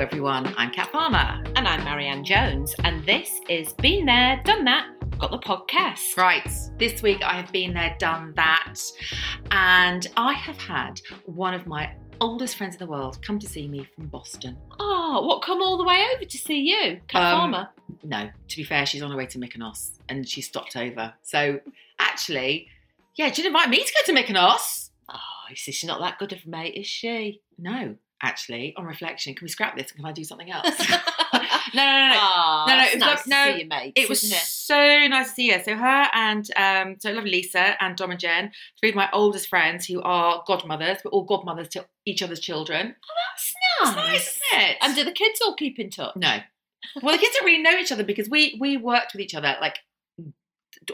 everyone. I'm Kat Farmer. And I'm Marianne Jones, and this is Been There, Done That, Got the Podcast. Right, this week I have been there, done that, and I have had one of my oldest friends in the world come to see me from Boston. Oh, what come all the way over to see you, Cat Um, Farmer? No, to be fair, she's on her way to Mykonos and she stopped over. So actually, yeah, she didn't invite me to go to Mykonos. Oh, you see, she's not that good of a mate, is she? No, actually, on reflection, can we scrap this? Can I do something else? no, no, no, no. Oh, No, no, it's it was nice like- no, to see you, mate. It was so nice to see her. So her and um, so lovely Lisa and Dom and Jen, three of my oldest friends who are godmothers. We're all godmothers to each other's children. nice. It's nice, isn't it? Oh. And do the kids all keep in touch? no. Well, the kids don't really know each other because we we worked with each other like,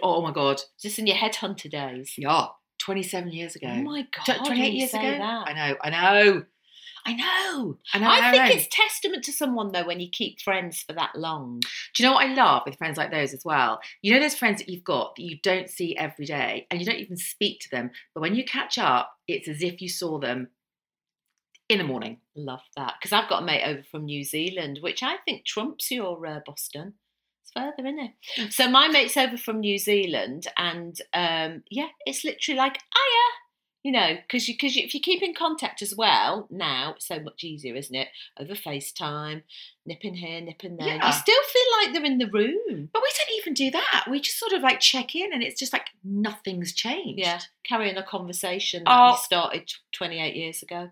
oh my god, Just in your headhunter days. yeah, twenty seven years ago, Oh my T- god! when twenty eight you years say ago. that. I know, I know, I know, I know. I know, think know. it's testament to someone though when you keep friends for that long. Do you know what I love with friends like those as well? You know those friends that you've got that you don't see every day and you don't even speak to them, but when you catch up, it's as if you saw them in the morning. Love that because I've got a mate over from New Zealand, which I think trumps your uh, Boston. It's further in it. So my mate's over from New Zealand, and um, yeah, it's literally like hiya, you know, because you because you, if you keep in contact as well now, it's so much easier, isn't it? Over FaceTime, nipping here, nipping there. Yeah. You still feel like they're in the room. But we don't even do that. We just sort of like check in and it's just like nothing's changed. Yeah, carrying a conversation Oh. that you started tw- 28 years ago.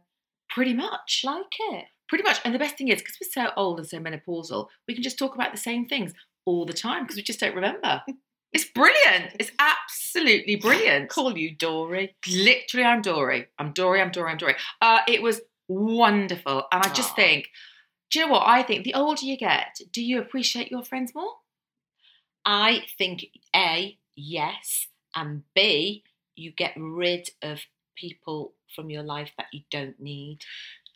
Pretty much. Like it. Pretty much. And the best thing is, because we're so old and so menopausal, we can just talk about the same things all the time because we just don't remember. It's brilliant. It's absolutely brilliant. Call you Dory. literally I'm Dory. I'm Dory, I'm Dory, I'm Dory. Uh, it was wonderful. And I just Aw. think, do you know what? I think the older you get, do you appreciate your friends more? I think A, yes, and B, you get rid of people from your life that you don't need.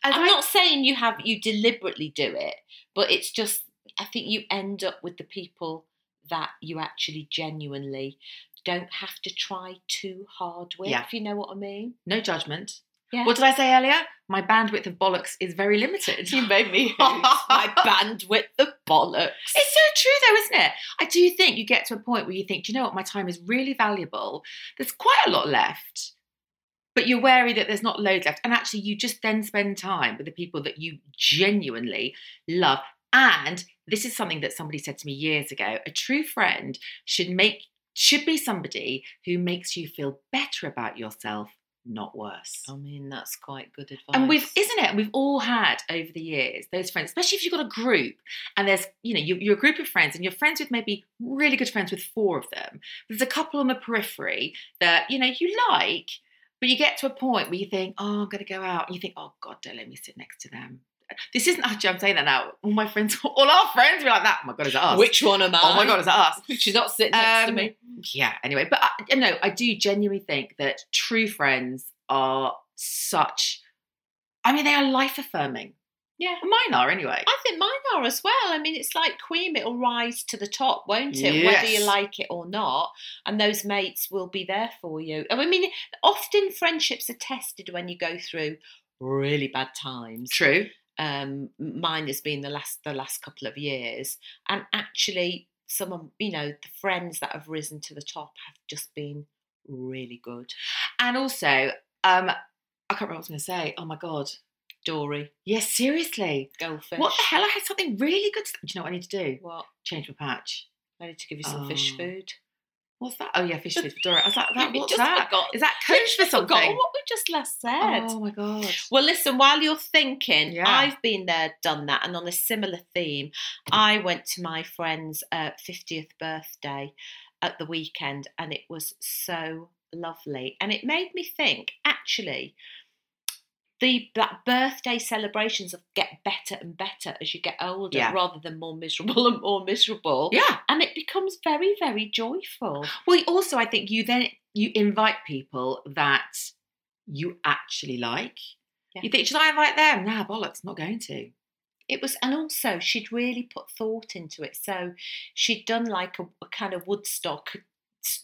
As I'm I- not saying you have you deliberately do it, but it's just I think you end up with the people that you actually genuinely don't have to try too hard with, Yeah. if you know what I mean. no judgment. Yeah. What did I say earlier? My bandwidth of bollocks is very limited. You made me hoot. my bandwidth the bollocks. It's so true, though, isn't it? I do think you get to a point where you think, do you know what, my time is really valuable. There's quite a lot left, but you're wary that there's not loads left. And actually, you just then spend time with the people that you genuinely love. And this is something that somebody said to me years ago a true friend should make should be somebody who makes you feel better about yourself not worse I mean, that's quite good advice. and we've, isn't it? We've all had over the years those friends, especially if you've got a group and there's, you know, you, you're a group of friends and you're friends with maybe really good friends with four of them. There's a couple on the periphery that, you know, you like, but you get to a point where you think, oh, I'm going to go out. And you think, oh, God, don't let me sit next to them. This isn't actually, I'm saying that now. All my friends, all our friends be like that. Oh my God, is it us? Which one am I? Oh my God, is it us? She's not sitting next Um, to me. yeah anyway but I, no i do genuinely think that true friends are such i mean they are life affirming Yeah. mine are anyway I think mine are as well. I mean, it's like cream, it'll rise to the top, won't it? Whether Yes. you like it or not. And those mates will be there for you. And I mean, often friendships are tested when you go through really bad times. true Um, mine has been the last the last couple of years. And actually some of you know, the friends that have risen to the top have just been really good. and also um i can't remember what i was going to say oh my god Dory, yes seriously goldfish. what the hell i had something really good to, do you know what i need to do What? change my patch I need to give you some fish Oh. food. what's that oh yeah fish food for dora i was like that, We what's just that forgot- is that code for I forgot something what we just last said. oh my god Well, listen, while you're thinking, Yeah. I've been there, done that, and on a similar theme, I went to my friend's uh, 50th birthday at the weekend, and it was so lovely. And it made me think, actually, the that birthday celebrations of get better and better as you get older Yeah. rather than more miserable and more miserable. yeah And it becomes very, very joyful. Well, also, I think you then you invite people that you actually like. Yeah. You think should I invite them? Nah, bollocks, not going to. it was and also she'd really put thought into it so she'd done like a, a kind of woodstock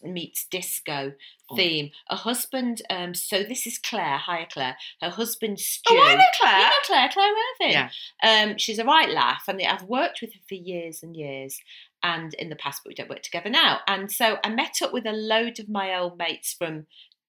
meets disco Oh. theme. A husband, um, so this is Claire, hi Claire. Her husband Stu. Oh, I know Claire. You know Claire, Claire Irving. Yeah. Um, she's a right laugh, and I've worked with her for years and years, and in the past, but we don't work together now. And so I met up with a load of my old mates from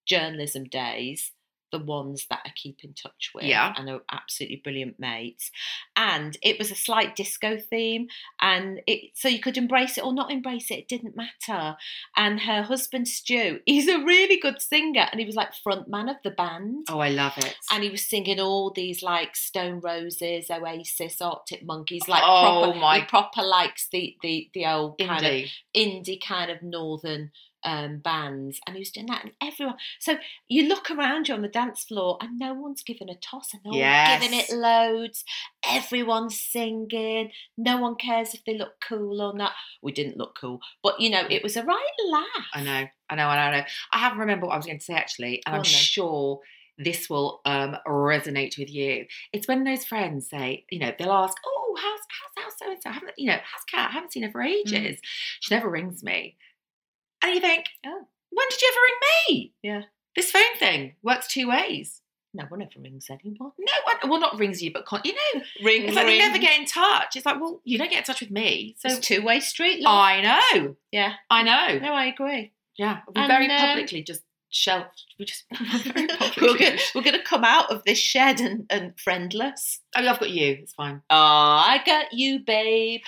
journalism days, the ones that I keep in touch with, Yeah. and are absolutely brilliant mates. And it was a slight disco theme, and it so you could embrace it or not embrace it, it didn't matter. And her husband Stu, he's a really good singer, and he was like front man of the band. Oh, I love it. And he was singing all these like Stone Roses, Oasis, Arctic Monkeys, like Oh, proper, my- he proper likes the the the old kind of Indie. indie kind of northern um, bands, and he was doing that, and everyone. So you look around you on the dance floor, and no one's giving a toss, and no one's giving Yes. it loads. Everyone's singing. No one cares if they look cool or not. We didn't look cool, but you know, it was a right laugh. I know, I know, I know, I know. I haven't remembered what I was going to say actually, and Go I'm on then. sure this will um, resonate with you. It's when those friends say, you know, they'll ask, "Oh, how's how's how's so and so? Haven't you know? How's Cat? Haven't seen her Mm. for ages. She never rings me." And you think, Oh. when did you ever ring me?" Yeah. this phone thing works two ways. No one ever rings anyone. No one, well, not rings you, but con- you know, Ring, it's like they never get in touch. It's like, well, you don't get in touch with me, so it's two way street. Love. I know. Yeah. I know. No, I agree. Yeah, we And, very um, publicly just shelved. We just very we're, publicly. gonna, we're gonna come out of this shed and, and friendless. Oh, yeah, I've got you. It's fine. Oh, I got you, babe.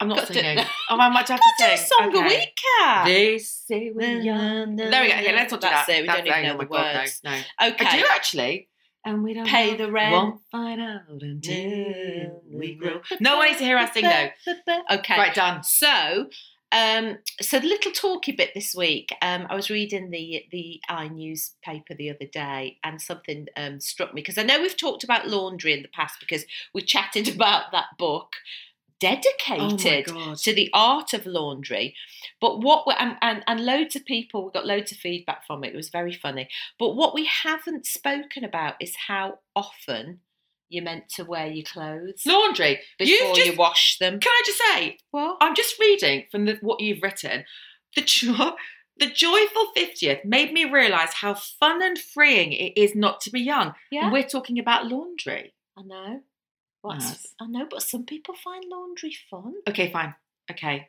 I'm not Got to- singing. oh, I might have to Do sing. a song a Okay. week, Kat. They say we're young. There we go. Okay, let's not do That's that. it. We That's- don't even oh know my the God, no, words. no, Okay. I do actually. And we don't Pay know- the rent. Won't find out until we grow. No one needs to hear us sing though. Okay. Right, done. So, um, so the little talky bit this week. Um, I was reading the the i newspaper the other day, and something um, struck me because I know we've talked about laundry in the past because we chatted about that book dedicated Oh my God. to the art of laundry. But what we and, and and loads of people we got loads of feedback from it. It was very funny. But what we haven't spoken about is how often you're meant to wear your clothes Laundry. before You've just. you wash them. can I just say, What? I'm just reading from the, what you've written. The jo- the joyful 50th made me realise how fun and freeing it is not to be young. Yeah. We're talking about laundry. I know. What's Yes. I know, but some people find laundry fun. Okay, fine. Okay.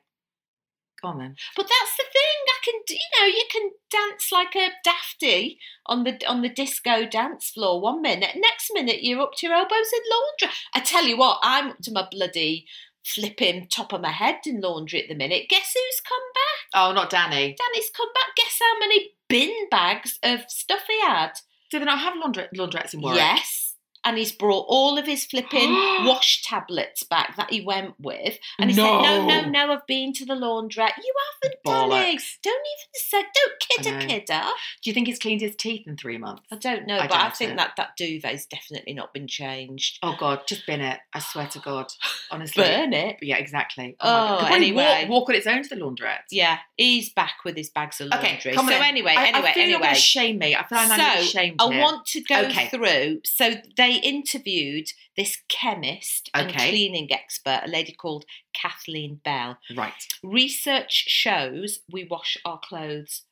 Go on then. But that's the thing. I can, d- you know, you can dance like a dafty on the on the disco dance floor one minute. Next minute, you're up to your elbows in laundry. I tell you what, I'm up to my bloody flipping top of my head in laundry at the minute. Guess who's come back? Oh, not Danny. Danny's come back. Guess how many bin bags of stuff he had? Do they not have laundry- laundrettes in Warwick? Yes. And he's brought all of his flipping wash tablets back that he went with. And he said, No, No. no, no, I've been to the laundrette. You haven't, Danny. Bollocks. Don't even say, don't I kidder, know. kidder. Do you think he's cleaned his teeth in three months? I don't know, I but I doubt think it. that that duvet's definitely not been changed. Oh, God. Just bin it. I swear to God. Honestly. Burn it. Yeah, exactly. Oh, Could probably anyway. Walk, walk on its own to the laundrette. Yeah, he's back with his bags of laundry. Okay, come on so then. anyway, I, anyway, I feel you're anyway. going to shame me. I feel I'm So, so, ashamed. I here. want to go Okay. through. So they interviewed this chemist and Okay. cleaning expert, a lady called Kathleen Bell. Right. Research shows we wash our clothes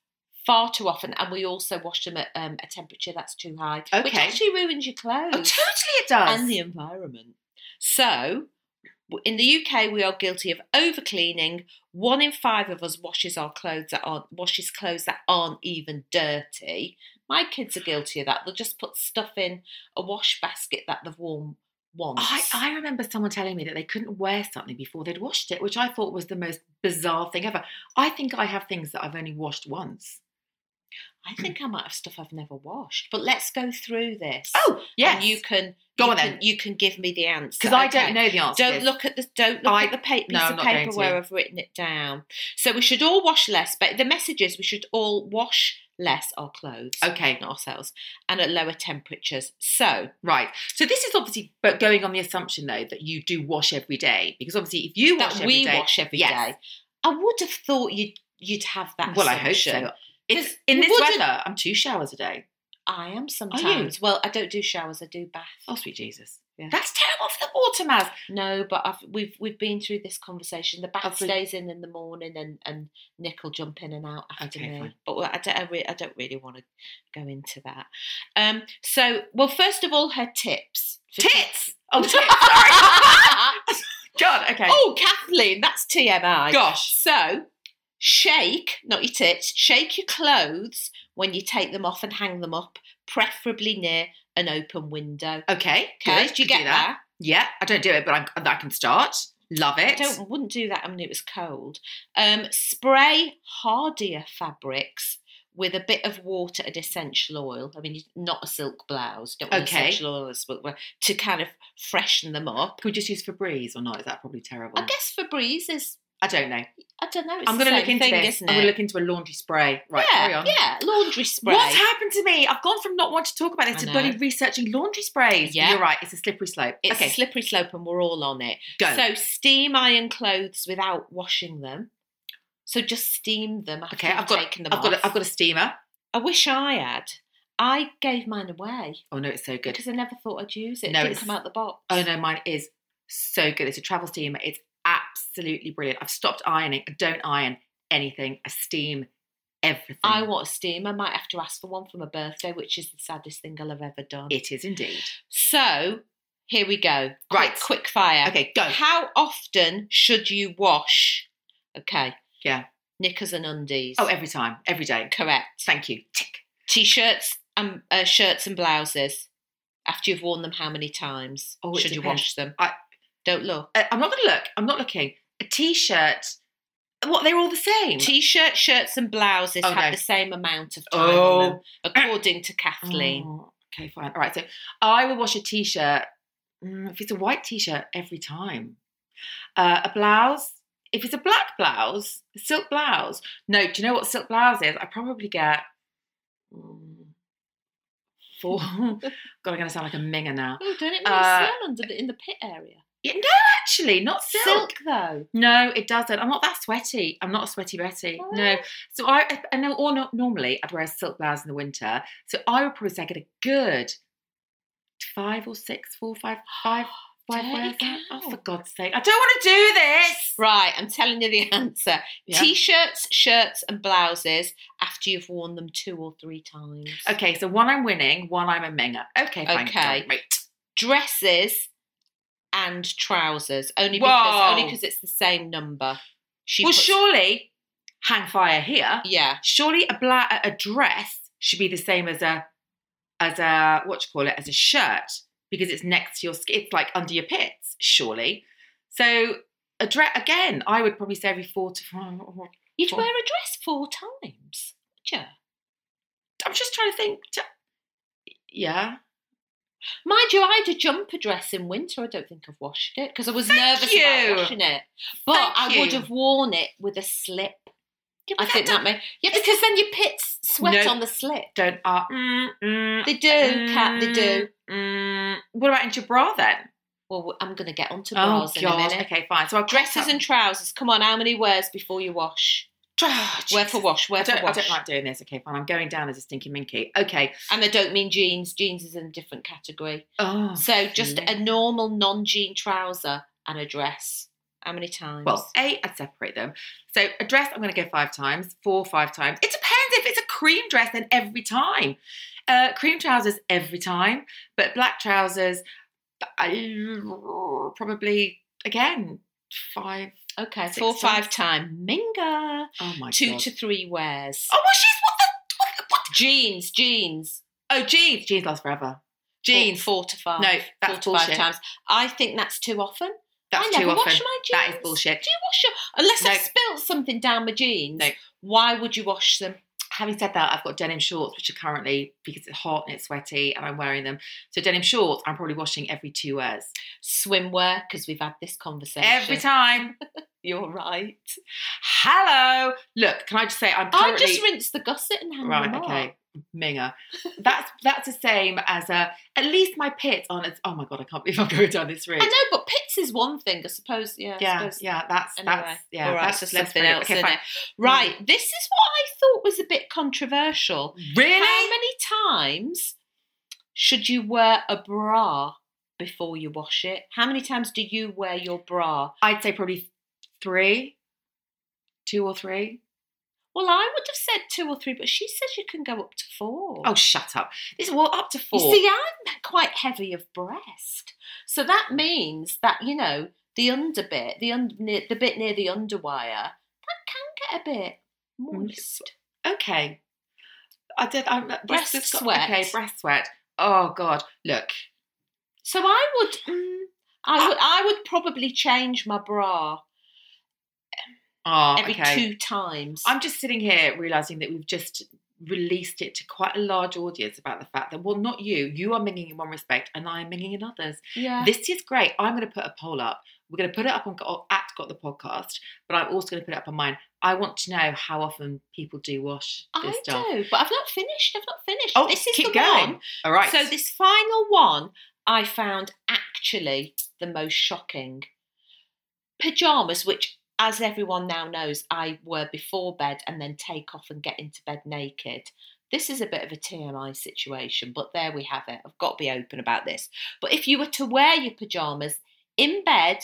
far too often, and we also wash them at um, a temperature that's too high, which Okay. actually ruins your clothes Oh, totally it does. and the environment. So, w- in the UK, we are guilty of overcleaning. One in five of us washes our clothes that aren't washes clothes that aren't even dirty. My kids are guilty of that. They'll just put stuff in a wash basket that they've worn once. I, I remember someone telling me that they couldn't wear something before they'd washed it, which I thought was the most bizarre thing ever. I think I have things that I've only washed once. I think I might have stuff I've never washed. But let's go through this. Oh, yes. and you can Go you on can, then. You can give me the answer Because I okay? don't know the answer. to Don't this. look at the don't look I- at the pa- piece No, I'm of not going paper to. where I've written it down. So we should all wash less. But the message is we should all wash less our clothes, Okay, not ourselves, and at lower temperatures. So right. So this is obviously but going on the assumption though that you do wash every day because obviously if you wash that every we day- wash every day. yes. I would have thought you'd you'd have that. well, I hope assumption. so. It's 'Cause in you this wouldn't- weather. I'm two showers a day. I am sometimes. Well, I don't do showers. I do baths. Oh, sweet Jesus. Yeah. That's terrible for the water mouse. No, but I've, we've we've been through this conversation. The bat Have we? stays in in the morning, and and Nick will jump in and out after Okay, me. fine. But well, I don't I, re- I don't really want to go into that. Um. So, well, first of all, her tips. For Tits. Oh, Oh, tits. tits. Sorry. God. Okay. oh, Kathleen, that's TMI. gosh. So, shake, not your tits, shake your clothes when you take them off and hang them up, preferably near an open window. Okay. Okay, good, do you could get do that? Yeah. I don't do it, but I'm, I can start. Love I it. don't wouldn't do that. I mean, it was cold. Um, spray hardier fabrics with a bit of water and essential oil. I mean, you- not a silk blouse. Don't want Okay. essential oil as well, well, to kind of freshen them up. Can we just use Febreze or not? Is that probably terrible? I guess Febreze is. I don't know. I don't know. It's I'm the going to look same into thing, this. I'm isn't going to it? look into a laundry spray. Right. carry yeah, on. yeah, laundry spray. What's happened to me? I've gone from not wanting to talk about this I to know. bloody researching laundry sprays. Yeah. You're right. It's a slippery slope. It's okay. a slippery slope, and we're all on it. go. So steam iron clothes without washing them. So just steam them after Okay, you've I've got- taken them I've got. off. A, I've got a steamer. I wish I had. I gave mine away. Oh no, it's so good. Because I never thought I'd use it. No, it didn't it's- come out the box. Oh no, mine is so good. It's a travel steamer. It's absolutely brilliant. I've stopped ironing. I don't iron anything. I steam everything. I want a steamer. I might have to ask for one for my birthday, which is the saddest thing I'll have ever done. It is indeed. So here we go. Quick- Right. Quick, fire. Okay, go. How often should you wash? Okay. Yeah. Knickers and undies. Oh, every time, every day. correct. Thank you. Tick. T-shirts and uh, shirts and blouses. After you've worn them, how many times Oh, it should you depends. wash them? I- Don't look. Uh, I'm not going to look. I'm not looking. A t-shirt. What? They're all the same. T-shirt, shirts, and blouses Oh, have no. the same amount of time on them, according to Kathleen. Oh, okay, fine. All right. So I will wash a t-shirt. mm, If it's a white t-shirt, every time. Uh, a blouse. If it's a black blouse, a silk blouse. No, do you know what silk blouse is? I probably get mm, four. God, I'm going to sound like a minger now. Oh, don't it make Uh, under the, in the pit area? Yeah, no, actually, not silk. though. No, it doesn't. I'm not that sweaty. I'm not a sweaty Betty. No. Oh. So I, I know, or not, normally I'd wear a silk blouse in the winter. So I would probably say I get a good five or six, four, five, five, five Dirty wears out. Oh, cow. for God's sake. I don't want to do this. Right, I'm telling you the answer. Yeah. T-shirts, shirts, and blouses after you've worn them two or three times. Okay, so one I'm winning, one I'm a minger. Okay, fine. Okay. Right. Dresses and trousers only because only Whoa. because it's the same number. She Well, puts- surely, hang fire here. Yeah, Surely a, bla- a a dress should be the same as a, as a, what do you call it, as a shirt because it's next to your skin. It's like under your pits, surely. So a dress, again, I would probably say every four to five. you'd Four. wear a dress four times. would you? I'm just trying to think. t- Yeah. Mind you, I had a jumper dress in winter. I don't think I've washed it because I was Thank nervous you. about washing it. But Thank I would you. have worn it with a slip. I but think that that may. Yeah, because then your pits sweat No. on the slip. Don't, uh, mm, mm, They do, Kat, they do. Mm, what about into bra then? Well, I'm going to get onto Oh, bras in a minute. Okay, fine. So I'll Dresses and trousers. Come on, how many wears before you wash? oh, Wear for Jesus. wash, I wear don't, for I wash. don't like doing this. Okay, fine. I'm going down as a stinky minky. Okay. And I don't mean jeans. Jeans is in a different category. Oh, So just yeah. a normal non-jean trouser and a dress. How many times? Well, A, I'd separate them. So a dress, I'm going to go five times, four, five times. It depends. If it's a cream dress, then every time. Uh, cream trousers, every time. But black trousers, I, probably, again, five. okay, six four, five times. time. Minga. Oh, my Two God. to three wears. oh, well, she's what the... What, what? Jeans, jeans. Oh, jeans. Jeans last forever. Jeans. Jeans. Four, to five. No, that's four to five bullshit. times. I think that's too often. That's I too never often. wash my jeans. That is bullshit. Do you wash your unless I No. spilt something down my jeans? No. Why would you wash them? having said that, I've got denim shorts, which are currently because it's hot and it's sweaty, and I'm wearing them. So denim shorts, I'm probably washing every two wears. Swimwear, because we've had this conversation. Every time. You're right. Hello. Look, can I just say I'm I currently just rinse the gusset and hang right. them up. Okay, Minga. That's that's the same as a. At least my pits aren't. As, oh my god, I can't believe I'm going down this route. I know, but pits is one thing, I suppose. Yeah. I Yeah, suppose- yeah, that's Anyway, that's yeah, all right, that's so let's something bring it- else, Okay, isn't fine. Right. This is what I thought was a bit controversial. Really? How many times should you wear a bra before you wash it. How many times do you wear your bra? I'd say probably three, two or three. Well, I would have said two or three, but she says you can go up to four. Oh, shut up. This well up to you four. see, I'm quite heavy of breast, so that means that you know the under bit, the un- near, the bit near the underwire, that can get a bit Mm. moist. okay. I did. I'm, Breast just got- sweat. Okay, breast sweat. Oh God, look. So I would, mm, I would, I would probably change my bra Oh, every okay. two times. I'm just sitting here realizing that we've just released it to quite a large audience about the fact that, well, not you, you are minging in one respect and I am minging in others. yeah. This is great. I'm going to put a poll up. We're going to put it up on Go- at Got the Podcast, but I'm also going to put it up on mine. I want to know how often people do wash I this stuff. do, but I've not finished. I've not finished. Oh, this is keep the going. one. All right. So this final one I found actually the most shocking. Pajamas, which as everyone now knows, I wear before bed and then take off and get into bed naked. This is a bit of a TMI situation, but there we have it. I've got to be open about this. But if you were to wear your pajamas in bed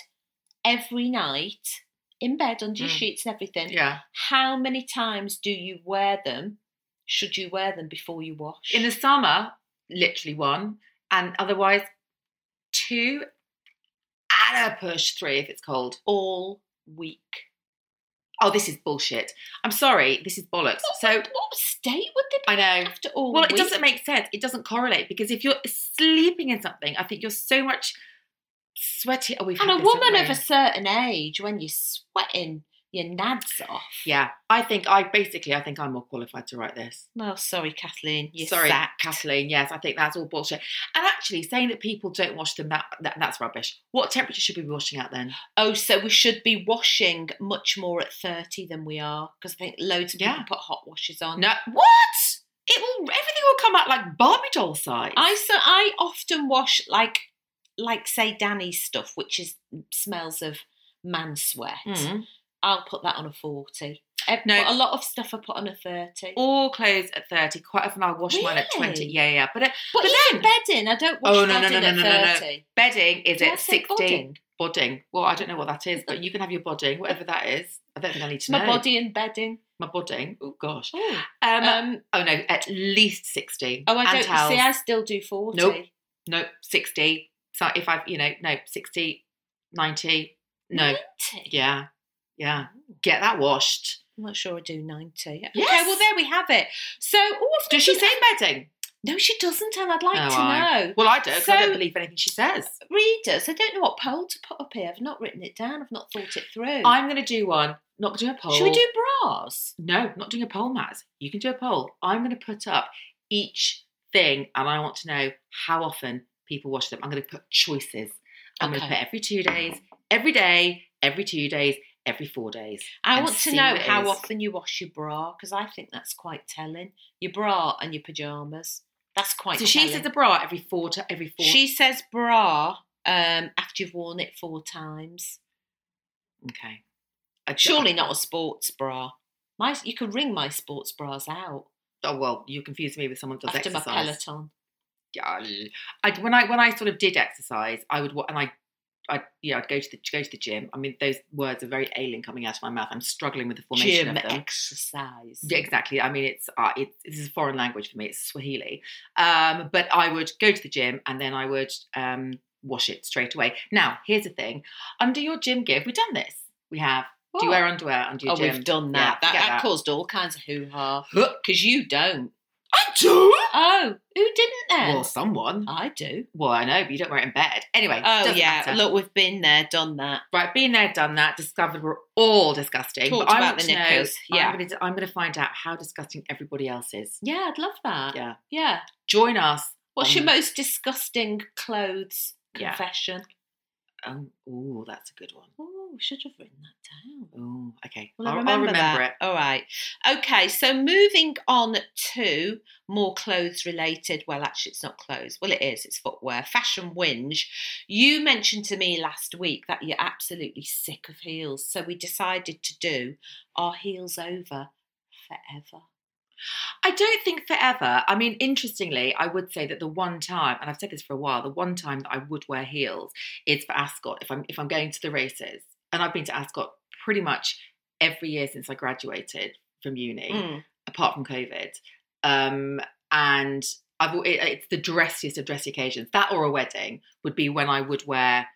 every night, in bed under your Mm. sheets and everything, yeah. how many times do you wear them? Should you wear them before you wash? In the summer, literally one, and otherwise two, and a push three if it's cold. all week. Oh, this is bullshit. I'm sorry. This is bollocks. So What state would they I know. be after all Well, week? it doesn't make sense. It doesn't correlate because if you're sleeping in something, I think you're so much sweaty. Oh, we've And had a this, haven't woman of we? a certain age, when you're sweating your nads off. Yeah, I think I basically I think I'm more qualified to write this. Well, sorry, Kathleen. You're Sorry, sacked. Kathleen. Yes, I think that's all bullshit. And actually, saying that people don't wash them that, that that's rubbish. What temperature should we be washing at then? Oh, so we should be washing much more at 30 than we are because I think loads of Yeah. people put hot washes on. No, what? It will everything will come out like Barbie doll size. I so I often wash like like say Danny's stuff, which is smells of man sweat. Mm. I'll put that on a 40. Eh, No. but a lot of stuff I put on a 30. all clothes at thirty. Quite often I wash mine at twenty. Really? Yeah, yeah. yeah. But uh, But, But even bedding, I don't wash Oh, no, no, bedding no, at no, no, no, 30. bedding is Do I at say sixty. bodding? Bodding. Well, I don't know what that is, but you can have your bodding, whatever that is. I don't think I need It's to my know. body and bedding. My bodding. Oh gosh. Oh, Um, um, oh no, at least sixty. oh I And don't towels. see, I still do 40. Nope. nope, 60. So if I've, you know, no, 60, 90, no. 90? Yeah, yeah. I'm Get that washed. not sure I do 90. Yes. Okay, well, there we have it. So, oh, I've Does she not- say bedding? No, she doesn't, and I'd like Oh, to I- know. Well, I don't. 'cause I So- don't believe anything she says. Readers, I don't know what poll to put up here. I've not written it down, I've not thought it through. I'm going to do one. Not doing a poll. Should we do bras? No, not doing a poll, Matt. You can do a poll. I'm going to put up each thing, and I want to know how often people wash them. I'm going to put choices. I'm going to Okay. put every two days, every day, every two days, every four days. I and want to see know what it how is. often you wash your bra because I think that's quite telling. Your bra and your pajamas. That's quite. so she telling. says a bra every four to every four. She says bra um, after you've worn it four times. Okay. I- Surely not a sports bra. My, you could wring my sports bras out Oh well, you confuse me with someone who does after my exercise. Peloton. Yeah, I, I- when I when I sort of did exercise, I would wa- and I, I yeah, I'd go to the go to the gym. I mean, those words are very alien coming out of my mouth. I'm struggling with the formation Gym of them. exercise. Yeah, exactly. I mean, it's uh, it, this is foreign language for me. It's Swahili. Um, but I would go to the gym and then I would um, wash it straight away. Now, here's the thing: under your gym gear, have we done this? We have. Do you What? wear underwear under your Oh, gym? we've done Yeah, that. that, forget that. that. caused all kinds of hoo ha. Huh. Because you don't. I do. Oh, who didn't then? Well, someone. I do. Well, I know, but you don't wear it in bed. Anyway, Oh, doesn't yeah. matter. Look, we've been there, done that. right, been there, done that, discovered we're all disgusting. Talked but I about want the to know- knickers, yeah. I'm going to I'm gonna find out how disgusting everybody else is. Yeah, I'd love that. Yeah. Yeah. Join us. What's on- your most disgusting clothes Yeah. confession? Oh, ooh, that's a good one. Oh, we should have written that down. Ooh, okay. Well, I'll I I'll remember, that. All right. Okay. So moving on to more clothes related. Well, actually, it's not clothes. Well, it is. It's footwear. Fashion whinge. You mentioned to me last week that you're absolutely sick of heels. So we decided to do our heels over forever. I don't think forever. I mean, interestingly, I would say that the one time, and I've said this for a while, the one time that I would wear heels is for Ascot if I'm if I'm going to the races, and I've been to Ascot pretty much every year since I graduated from uni, Mm. apart from COVID. Um, and I've al- it, it's the dressiest of dressy occasions. That or a wedding would be when I would wear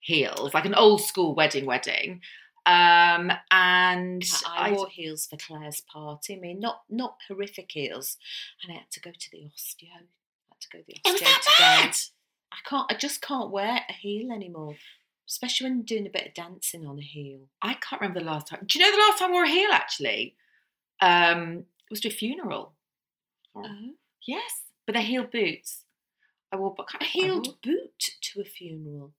heels, like an old school wedding wedding. Um, and I, wore heels for Claire's party. I mean, not not horrific heels, and I had to go to the osteo. I had to go to the osteo It was that today. bad? I can't. I just can't wear a heel anymore, especially when doing a bit of dancing on a heel. I can't remember the last time. Do you know the last time I wore a heel actually? Um, it was to a funeral. Oh. Yes, but they're heel boots. I wore but A heeled boot to a funeral.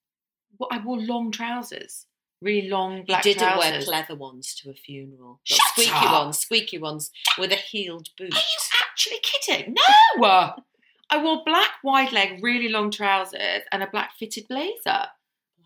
Well, I wore long trousers, really long You black didn't trousers. wear pleather ones to a funeral. Shut Not squeaky up. ones, squeaky ones with a heeled boot. Are you actually kidding? No. I wore black wide leg, really long trousers, and a black fitted blazer.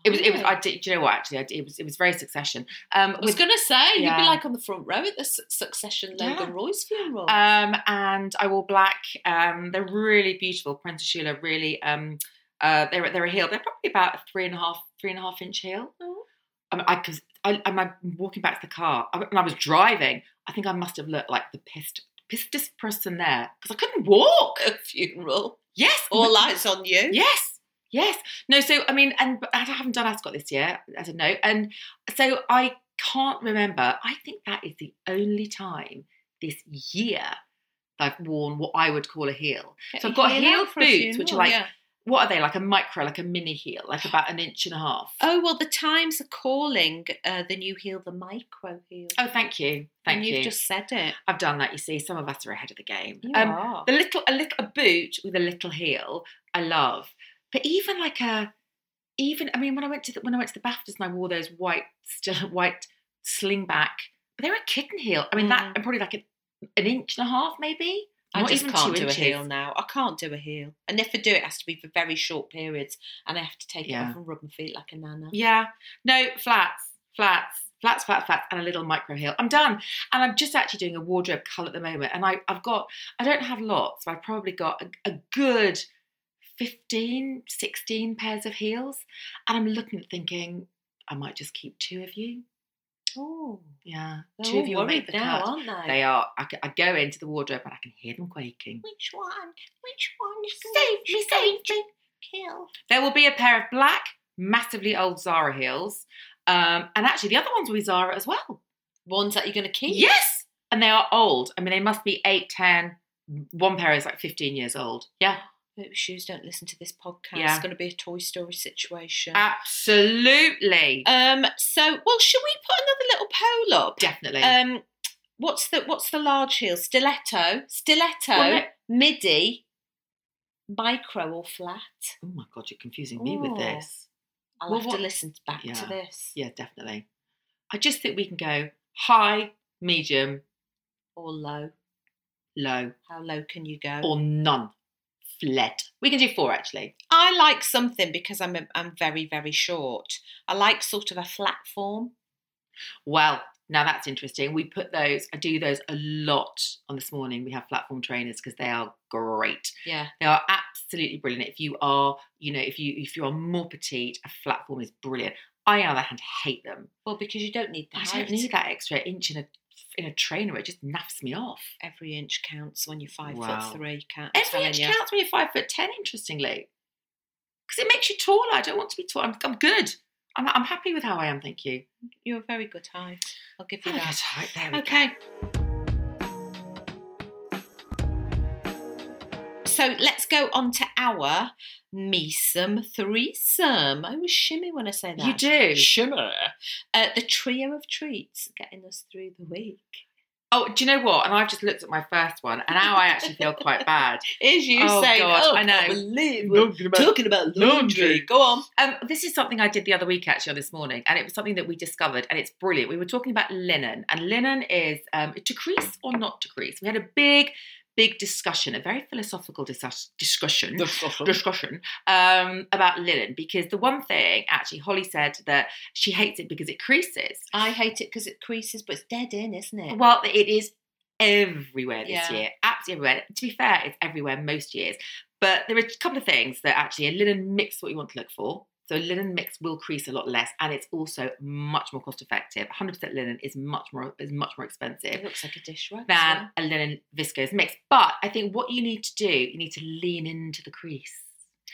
It was. It was. I did. Do you know what? Actually, I did, it was. It was very succession. Um, I was with, going to say, you'd Yeah. be like on the front row at the Su- Succession Logan Roy's funeral. um, and I wore black. Um, they're really beautiful. Prince Shula, really. Um, uh, they're they're a heel. They're probably about a three and a half three and a half inch heel. Oh. I mean, I because I, I'm I'm walking back to the car I, and I was driving. I think I must have looked like the pissed pissedest person there because I couldn't walk. a funeral. Yes, All eyes on you. Yes, yes. No, so I mean, and but I haven't done Ascot this year, as a note, and so I can't remember. I think that is the only time this year that I've worn what I would call a heel. So I've got heeled out for a boots, which are funeral, like- yeah. What are they like? A micro, like a mini heel, like about an inch and a half. Oh, well, the Times are calling uh, the new heel the micro heel. Oh, thank you, thank and you. have just said it. I've done that. You see, some of us are ahead of the game. You Um, are. the little a little a boot with a little heel i love but even like a even i mean when i went to the, when i went to the baftas and i wore those white still white sling back but they were a kitten heel i mean that and probably like an, an inch and a half maybe I not Mm. just even can't two do inches. a heel now. I can't do a heel. And if I do, it has to be for very short periods. And I have to take it Yeah. off and rub my feet like a nana. yeah no flats flats flats flats flats and a little micro heel i'm done and i'm just actually doing a wardrobe cull at the moment and I, i've got i don't have lots but i've probably got a, a good 15 16 pairs of heels and i'm looking at thinking i might just keep two of you Oh, yeah they're two all of you will make worried the now, cut aren't they? they are I, c- I go into the wardrobe and i can hear them quaking Which one? Which one? is Save going me, to save me. Kill. There will be a pair of black, massively old Zara heels. Um, and actually, the other ones will be Zara as well. Ones that you're going to keep. Yes. And they are old. I mean, they must be 8, 10. One pair is like 15 years old. Yeah. Boot shoes don't listen to this podcast. Yeah. Uh, It's going to be a Toy Story situation. Absolutely. um. So, well, should we put another little poll up? Definitely. Um. What's the What's the large heel? Stiletto, stiletto, Well, no- midi, micro or flat? oh my God, you're confusing me with Oh. this. I'll Well, have what- to listen back to Yeah. this. Yeah, definitely. I just think we can go high, medium, Or low. low, How low can you go? or none. Fled. We can do four actually. I like something because I'm a, I'm very very short. I like sort of a flat form. Well, now that's interesting. We put those, I do those a lot on this morning. We have platform trainers because they are great. Yeah. They are absolutely brilliant. If you are, you know, if you if you are more petite, a flat form is brilliant. I, on the other hand, hate them. Well, because you don't need the I height. don't need that extra inch in a in a trainer. It just naffs me off. Every inch counts when you're five Wow. foot three. Can't I'm Every telling inch you. counts when you're five foot ten. Interestingly, because it makes you taller. I don't want to be tall. I'm, I'm good. I'm, I'm happy with how I am. Thank you. You're a very good height. I'll give you Very good that. height. There we go. Okay. So let's go on to our mesome threesome. I was shimmy when I say that. You do. Shimmer. Uh, the trio of treats getting us through the week. Oh, do you know what? And I've just looked at my first one, and now I actually feel quite bad. Is you Oh, saying, God, oh, I I know. know. believe we're talking about laundry. laundry. Go on. Um, this is something I did the other week, actually, on this morning, and it was something that we discovered, and it's brilliant. We were talking about linen, and linen is um, to crease or not to crease. We had a big, big discussion, a very philosophical discuss- discussion. Discussion um, about linen because the one thing actually Holly said that she hates it because it creases. I hate it because it creases, but it's dead in, isn't it? Well, it is everywhere this Yeah. year, absolutely everywhere. To be fair, it's everywhere most years. But there are a couple of things that actually a linen mix is what you want to look for. So a linen mix will crease a lot less, and it's also much more cost effective. 100% linen is much more is much more expensive It looks like a dishwasher. than a linen viscose mix. But I think what you need to do, you need to lean into the crease.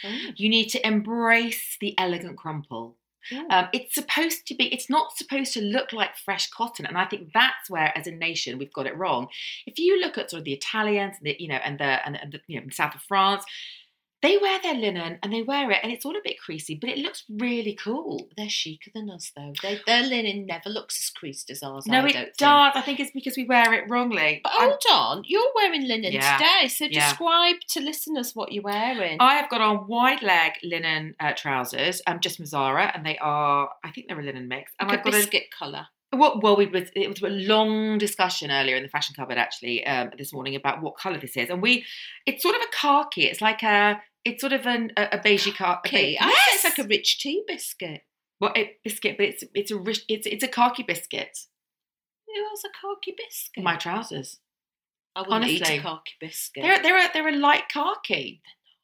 Oh, You need to embrace the elegant crumple. Yeah. Um, it's supposed to be, it's not supposed to look like fresh cotton. And I think that's where, as a nation, we've got it wrong. If you look at sort of the Italians, the, you know, and the, and the, and the you know, south of France, they wear their linen and they wear it and it's all a bit creasy, but it looks really cool. They're chicer than us, though. They, their linen never looks as creased as ours. No, I it don't think. does. I think it's because we wear it wrongly. But oh! I'm- hold on, you're wearing linen Yeah. today, so Yeah. Oh, describe to listeners what you're wearing. I have got on wide leg linen uh, trousers, um, just Mazzara, and they are, I think they're a linen mix. And like I've a got a biscuit colour. Well, well, we was it was a long discussion earlier in the fashion cupboard actually um, this morning about what colour this is, and we it's sort of a khaki. It's like a it's sort of an, a, a beigey khaki. Okay, I think it's like a rich tea biscuit. well, it, biscuit, but it's it's a rich, it's it's a khaki biscuit. Who has a khaki biscuit? My trousers. I wouldn't eat honestly. a khaki biscuit. They're they're a, they're a light khaki.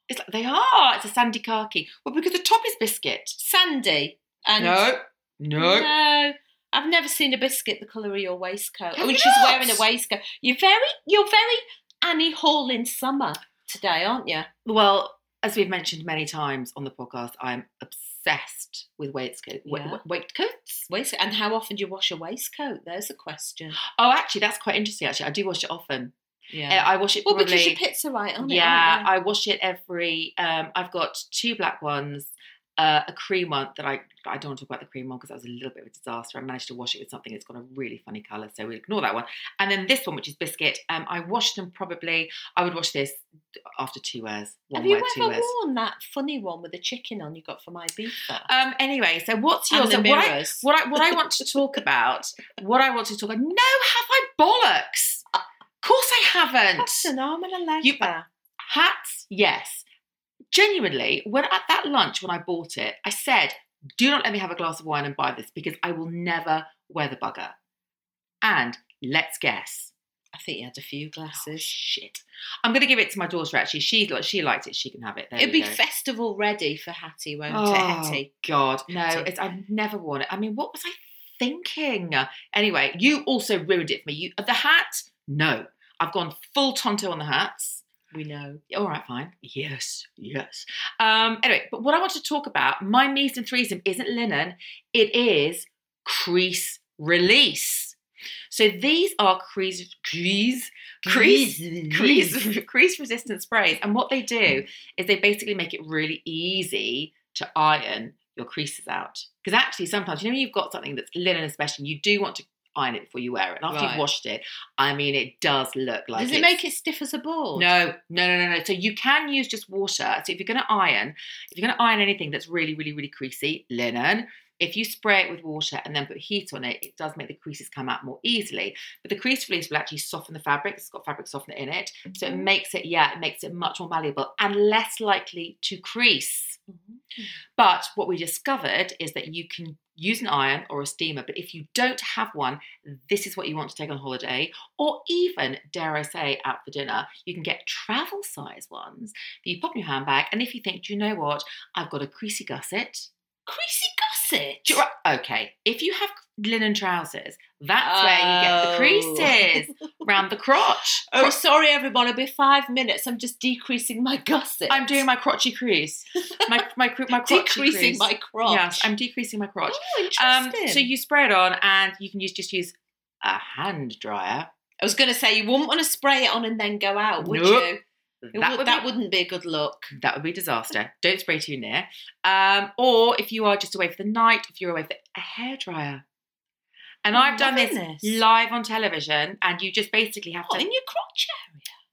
It's like, they are. It's a sandy khaki. Well, because the top is biscuit. sandy. And no, no. No, I've never seen a biscuit the colour of your waistcoat. Have oh, you she's not? wearing a waistcoat. You're very, you're very Annie Hall in summer today, aren't you? Well, as we've mentioned many times on the podcast, I'm obsessed with waistcoat, wa- Yeah. wa- waistcoats. Waistcoat. And how often do you wash a waistcoat? There's a question. Oh, actually, that's quite interesting. Actually, I do wash it often. Uh, I wash it well, probably. because your pits are right on it. yeah, aren't I wash it every. Um, I've got two black ones, uh, a cream one that I I don't want to talk about the cream one because that was a little bit of a disaster. I managed to wash it with something that's got a really funny color, so we ignore that one. And then this one, which is biscuit. Um, I wash them probably. I would wash this after two wears. they? One Have you wear, two ever wears. worn that funny one with a chicken on you got from Ibiza? Um. Anyway, so what's And yours? the And what I- mirrors. what I what I want to talk about, what I want to talk about. No, have I bollocks? Of course I haven't. That's an arm and a leg You- there. Hats, yes. Genuinely, when at that lunch when I bought it, I said, "Do not let me have a glass of wine and buy this because I will never wear the bugger." And let's guess. I think you had a few Oh, glasses. shit. I'm going to give it to my daughter. Actually, she she liked it. She can have it. There It'd we be go. festival ready for Hattie, won't Oh, it, Hetty? God, no, Hattie. it's, I've never worn it. I mean, what was I thinking? Anyway, you also ruined it for me. You the hat? No, I've gone full tonto on the hats. We know. All right, fine. Yes, yes. Um, anyway, but what I want to talk about, my me's and threesome isn't linen, it is crease release. So these are crease crease crease crease crease resistant sprays. And what they do is they basically make it really easy to iron your creases out. Because actually sometimes, you know, when you've got something that's linen especially, you do want to iron it before you wear it. And after Right. you've washed it, I mean it does look like Does it it's- make it stiff as a board? no, no, no, no, no. So you can use just water. So if you're going to iron, if you're going to iron anything that's really, really, really creasy, linen, if you spray it with water and then put heat on it, it does make the creases come out more easily. But the crease release will actually soften the fabric. It's got fabric softener in it. So Mm. it makes it, yeah, it makes it much more malleable and less likely to crease. But what we discovered is that you can use an iron or a steamer, but if you don't have one, this is what you want to take on holiday, or even, dare I say, out for dinner. You can get travel size ones that you pop in your handbag, and if you think, do you know what, I've got a creasy gusset. Creasy gusset. Do you re- okay, if you have linen trousers, that's where you get the creases round the crotch. Oh, sorry, everyone. It'll be five minutes. I'm just decreasing my gusset. I'm doing my crotchy crease. My my cr- my crotchy decreasing crease. my crotch. Yes, I'm decreasing my crotch. oh, Um, interesting. so you spray it on, and you can use just use a hand dryer. I was going to say you wouldn't want to spray it on and then go out, would Nope. you? It That would, would, Mm-hmm. that be, wouldn't be a good look. that would be disaster. Don't spray too near. Um, or if you are just away for the night, if you're away for a hair dryer. And I'm I've done this, loving this. live on television, and you just basically have What, to. in your crotch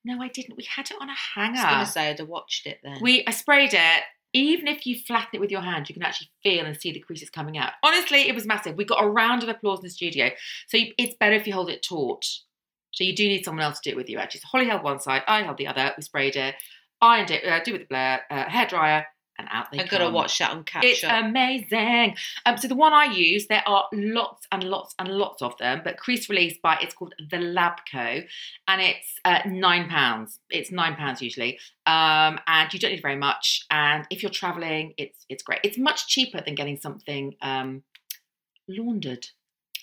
area? No, I didn't. We had it on a I was going hanger. to say I'd have watched it then. We I sprayed it. Even if you flatten it with your hand, you can actually feel and see the creases coming out. Honestly, it was massive. We got a round of applause in the studio. So you, it's better if you hold it taut. So you do need someone else to do it with you. Actually, so Holly held one side, I held the other. We sprayed it, ironed it, uh, do with the blur, uh, hair dryer, and out they I've got to come. watch that on catch It's up. amazing. Um, so the one I use, there are lots and lots and lots of them, but crease release by it's called the Labco, and it's uh, nine pounds. It's nine pounds usually, um, and you don't need very much. And if you're traveling, it's it's great. It's much cheaper than getting something um, laundered.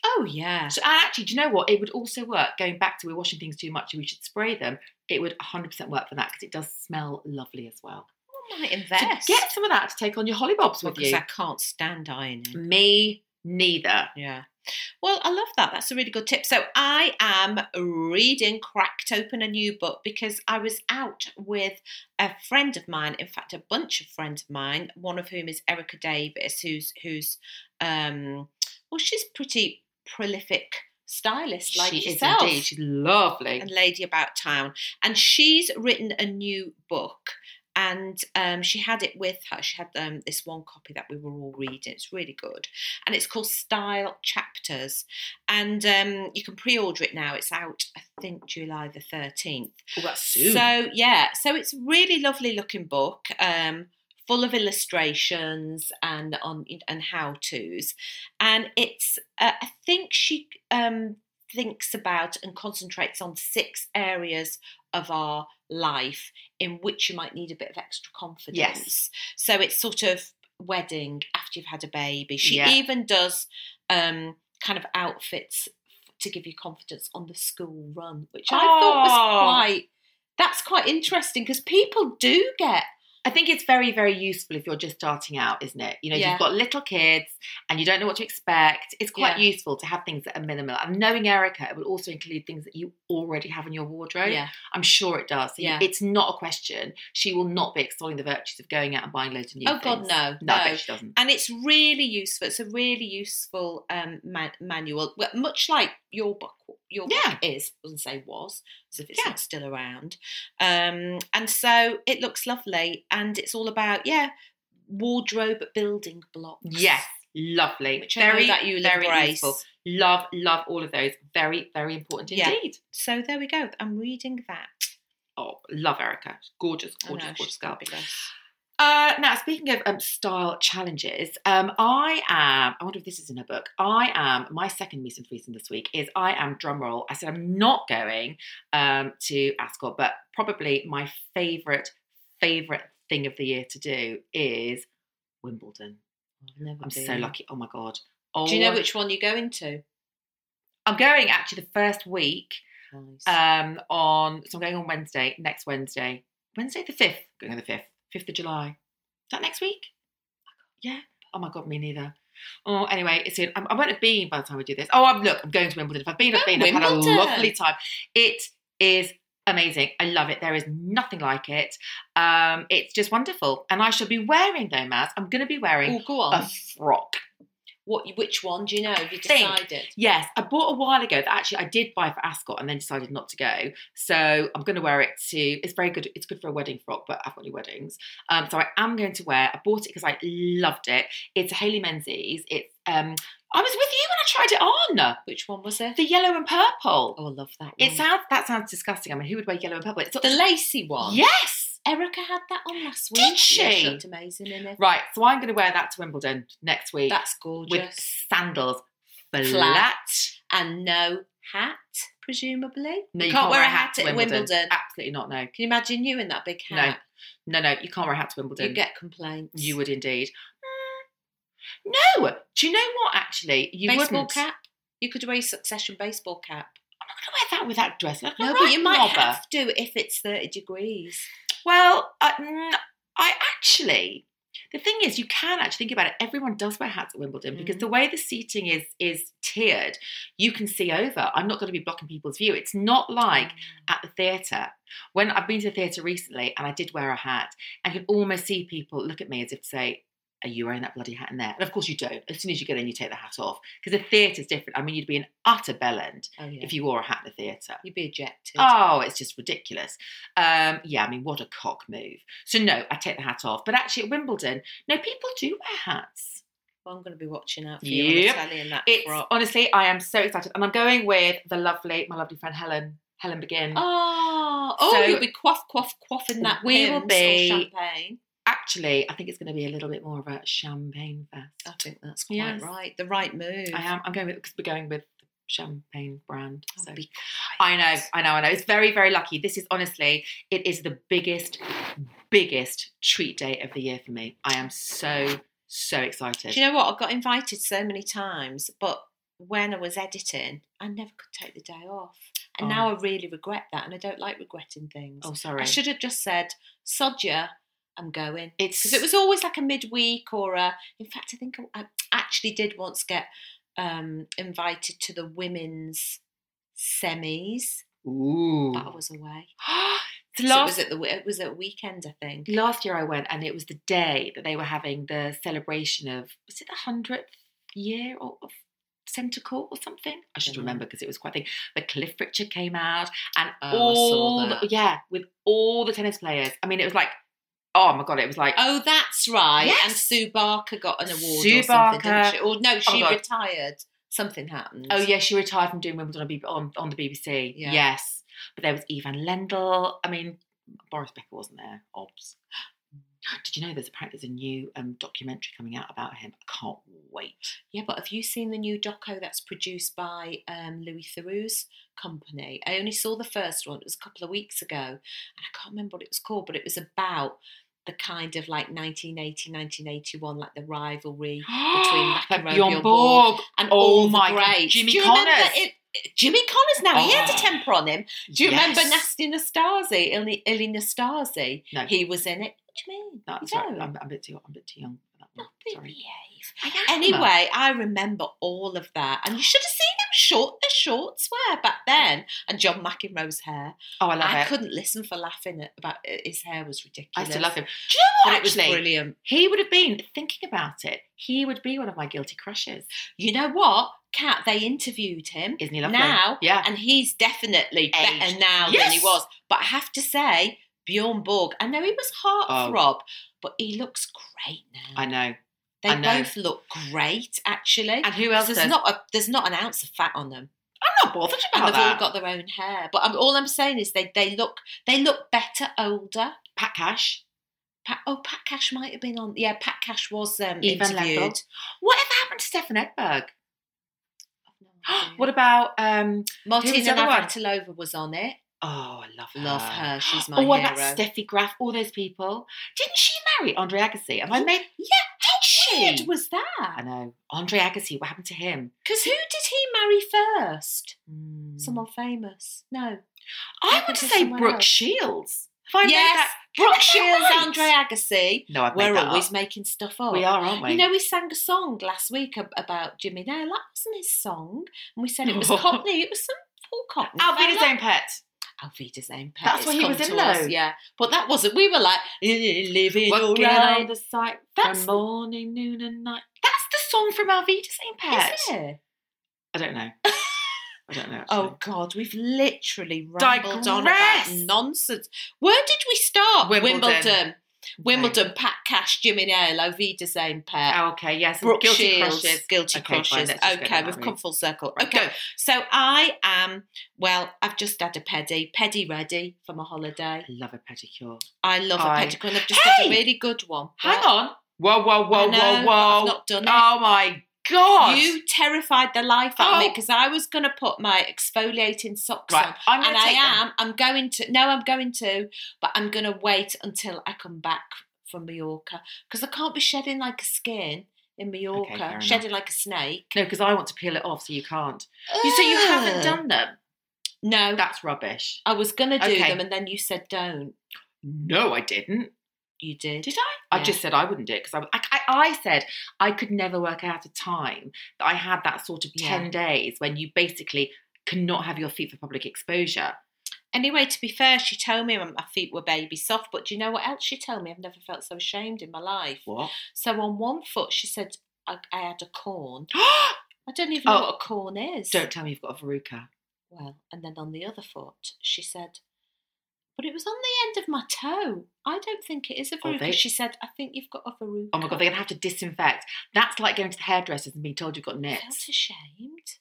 oh yeah. So, and actually, do you know what? It would also work. Going back to we're washing things too much, we should spray them. It would 100% work for that because it does smell lovely as well. I might So invest. get some of that to take on your holly bobs with because you. I can't stand ironing. Me neither. Yeah. Well, I love that. That's a really good tip. So I am reading cracked open a new book because I was out with a friend of mine, in fact, a bunch of friends of mine, one of whom is Erica Davis, who's who's um well, she's pretty prolific stylist like she yourself is indeed. She's lovely. and Lady About Town. And she's written a new book. And um, she had it with her. She had um, this one copy that we were all reading. It's really good. And it's called Style Chapters. And um, you can pre order it now. It's out, I think, July the 13th. oh, that's So yeah, so it's really lovely looking book, um, full of illustrations and on and how tos, and it's uh, I think she um, thinks about and concentrates on six areas of our life in which you might need a bit of extra confidence. So it's sort of wedding after you've had a baby. She Yeah. even does um, kind of outfits to give you confidence on the school run, which I thought Oh. was quite. That's quite interesting because people do get I think it's very, very useful if you're just starting out, isn't it? You know, Yeah. you've got little kids and you don't know what to expect. It's quite Yeah. useful to have things that are minimal. And knowing Erica, it will also include things that you already have in your wardrobe. yeah I'm sure it does. So you- Yeah. It's not a question. She will not be extolling the virtues of going out and buying loads of new Oh, God, things. no, No, I no. bet she doesn't. and it's really useful. It's a really useful um, man- manual, Well, much like your book. Your Yeah. book is I wouldn't say was as if it's Yeah. not still around, um, and so it looks lovely, and it's all about yeah wardrobe building blocks. Yes, lovely. which I know very, that you very embrace. useful. Love, love all of those. Very, very important Yeah. indeed. So there we go. I'm reading that. Oh, love Erica. Gorgeous, Oh, gorgeous, no, gorgeous she's girl. fabulous. Uh, now, speaking of um, style challenges, um, I am. I wonder if this is in her book. I am. My second recent reason this week is I am drumroll. I said I'm not going um, to Ascot, but probably my favourite favourite thing of the year to do is Wimbledon. I've never I'm so been. lucky. Oh my god. Oh, Do you know which one you're going to? I'm going actually the first week Nice. um, on. So I'm going on Wednesday. Next Wednesday. Wednesday the fifth. Going on the fifth. Fifth of July. Is that next week? Yeah. Oh my god, me neither. Oh, anyway, it's in. I'm, I won't have been by the time we do this. Oh, I'm look. I'm going to Wimbledon. If I've been, I've Oh, been. I've had a Wimbledon. lovely time. It is amazing. I love it. There is nothing like it. Um, it's just wonderful. And I shall be wearing though, Maz. I'm going to be wearing oh, go on. a frock. what? Which one? Do you know? Have you think- decided? Yes, I bought a while ago that actually I did buy for Ascot and then decided not to go. So I'm going to wear it to. It's very good. It's good for a wedding frock, but I've got any weddings, um, so I am going to wear. I bought it because I loved it. It's a Haley Menzies. It's. Um, I was with you when I tried it on. Which one was it? The yellow and purple. Oh, I love that one. It sounds that sounds disgusting. I mean, who would wear yellow and purple? It's not, the lacy one. yes. Erica had that on last week. Did Yeah, she? looked amazing in it. Right. So I'm going to wear that to Wimbledon next week That's with gorgeous. sandals flat. And no hat, presumably. No, you can't, wear a hat at Wimbledon. Absolutely not. No. Can you imagine you in that big No. hat? No, no, you can't wear a hat to Wimbledon. You get complaints. You would indeed. Mm. No, do you know what? Actually, you baseball wouldn't. cap. You could wear a succession baseball cap. I'm not going to wear that with that dress. Like a No, right but you might knobber. have to if it's thirty degrees. Well, uh, mm, I actually. The thing is, you can actually think about it. Everyone does wear hats at Wimbledon because Mhm. the way the seating is is tiered, you can see over. I'm not going to be blocking people's view. It's not like at the theatre. When I've been to the theatre recently and I did wear a hat, I could almost see people look at me as if to say, Are you wearing that bloody hat in there? And of course you don't. As soon as you get in, you take the hat off. Because the theatre's different. I mean, you'd be an utter bellend oh, yeah. if you wore a hat in the theatre. you'd be ejected. Oh, it's just ridiculous. Um, yeah, I mean, what a cock move. So no, I take the hat off. But actually at Wimbledon, no, people do wear hats. Well, I'm going to be watching out for you Yep. on the telly in that It's frock. honestly, I am so excited. And I'm going with the lovely, my lovely friend Helen, Helen Begin. Oh, oh, So- you'll be quaff, quaff, quaffing that We will Pimm's or be- Ac- champagne. actually, I think it's going to be a little bit more of a champagne fest. I think that's quite Yes. right. The right move. I am. I'm going with because we're going with the champagne brand. Oh, So. be I know, quiet. I know, I know. It's very, very lucky. This is honestly, it is the biggest, biggest treat day of the year for me. I am so, so excited. Do you know what? I got invited so many times, but when I was editing, I never could take the day off. And Oh. now I really regret that, and I don't like regretting things. oh, sorry. I should have just said, sod ya, I'm going. it's Because it was always like a midweek or a. In fact, I think I, I actually did once get um, invited to the women's semis, ooh. but I was away. The So it last was at the it was at a weekend, I think. last year I went, and it was the day that they were having the celebration of was it the hundredth year or of Centacore or something? I should Dunno. remember because it was quite a thing. But Cliff Richard came out, and Oh, I saw all the, that. yeah, with all the tennis players. I mean, it was like, oh my god, it was like Oh, that's right. And Yes. Sue Barker got an award Sue or something, Barker. Oh didn't she? Or no, my she God. retired. Something happened. Oh yeah, she retired from doing Wimbledon on, B- on, on the BBC. Yeah. Yes, but there was Ivan Lendl. I mean, Boris Becker wasn't there. Obs. Mm. Did you know there's apparently there's a new um, documentary coming out about him? I can't wait. Yeah, but have you seen the new doco that's produced by um, Louis Theroux's company? I only saw the first one. It was a couple of weeks ago. And I can't remember what it was called, but it was about the kind of like 1980, 1981, like the rivalry Between McEnroe and Bjorn Bjorn Borg. and Oh all my the God, greats. Jimmy Do you remember Connors. It, Jimmy Connors now, he had Oh. a temper on him. Do you remember Yes. Nasty Nastasi, Illy, Illy Nastasi? No. He was in it. What do you mean? No, You sorry, don't? I'm, I'm a bit too. I'm a bit too young for that one. Oh, be- Sorry. behave. I am. Anyway, I remember all of that, and you should have seen him short the shorts were back then, and John McEnroe's hair. oh, I love I it. couldn't listen for laughing at, about uh, his hair was I ridiculous. Oh, still love him. Do you know But what? it was actually, brilliant. He would have been thinking about it. He would be one of my guilty crushes. you know what? Cat, they interviewed him, Isn't he lovely? Now- yeah. and he's definitely Aged. better now than he Yes. was. But I have to say, Bjorn Borg. I know he was heartthrob, but he looks great now. Oh. I know. they I know. both look great, actually. And who else? there's does? not a, there's not an ounce of fat on them. I'm not bothered and about they've that. all got their own hair. But I'm, all I'm saying is they they look they look better older. Pat Cash. Pat, oh, Pat Cash might have been on. Yeah, Pat Cash was um, Even interviewed. Lendl. Whatever happened to Stefan Edberg? what Oh, what about um? who's the Martina other one? Navratilova was on it. Oh, I love her. Love her. She's my Or what hero. about Steffi Graf? All those people. Didn't she marry Andre Agassi? Have I Who- made? yeah, she? how weird was I that? know. Andre Agassi. What happened to him? Because who did he marry first? Mm. Someone famous? No. I Hmm, happened want to to say someone Brooke else? Shields. Have I made yes, that- Brooke Have I made Shields, that right? Andre Agassi. No, I've made We're that always up. making stuff up. We are, aren't we? You know, we sang a song last week ab- about Jimmy Nail. That wasn't his song. And we said it was Cockney. It was some full Cockney. Alvina's fella. own pet. Alvida's own pet. That's It's what he come was in to us, though. Yeah. But that wasn't. We were like, "Eh, living all Working on right. the site That's- from morning, noon, and night. That's the song from Alvina's own pet. Is it? I don't know. I don't know. Actually. Oh, God. We've literally rambled on about Digress. nonsense. Where did we start? Wimbledon. Wimbledon. Okay. Wimbledon, Pat Cash, Jimmy Nail, Alvida's own pet. Oh, okay, yes. Brooke guilty Shields, crushes. guilty Okay, fine, let's crushes. just go okay, down we've that come route. full circle. Right, okay, go. so I am well. I've just had a pedi, pedi ready for my holiday. I love a pedicure. I love I- a pedicure, and I've just Hey! had a really good one. Hang What? on. Whoa, whoa, whoa, I know, whoa, but I've whoa. not done it. Oh my god. You terrified the life out of me Oh. because I was going to put my exfoliating socks on. right, I'm And gonna I take them. am. I'm going to. No, I'm going to. But I'm going to wait until I come back from Mallorca because I can't be shedding like a skin in Mallorca, fair enough. shedding like a snake. No, because I want to peel it off, so you can't. You so you haven't Ugh. done them. No, That's rubbish. I was gonna do Okay. them, and then you said don't. No, I didn't. You did. Did I? I Yeah. just said I wouldn't do it because I, was- I, I, I said I could never work out a time that I had that sort of Yeah. ten days when you basically cannot have your feet for public exposure. Anyway, to be fair, she told me my feet were baby soft, but do you know what else she told me? I've never felt so ashamed in my life. What? So on one foot, she said I, I had a corn. I don't even Oh. know what a corn is. Don't tell me you've got a verruca. Well, and then on the other foot, she said, but it was on the end of my toe. I don't think it is a Oh, verruca. they- She said, I think you've got a verruca. Oh my god, they're gonna have to disinfect. That's like going to the hairdressers and being told you've got I felt nits. ashamed.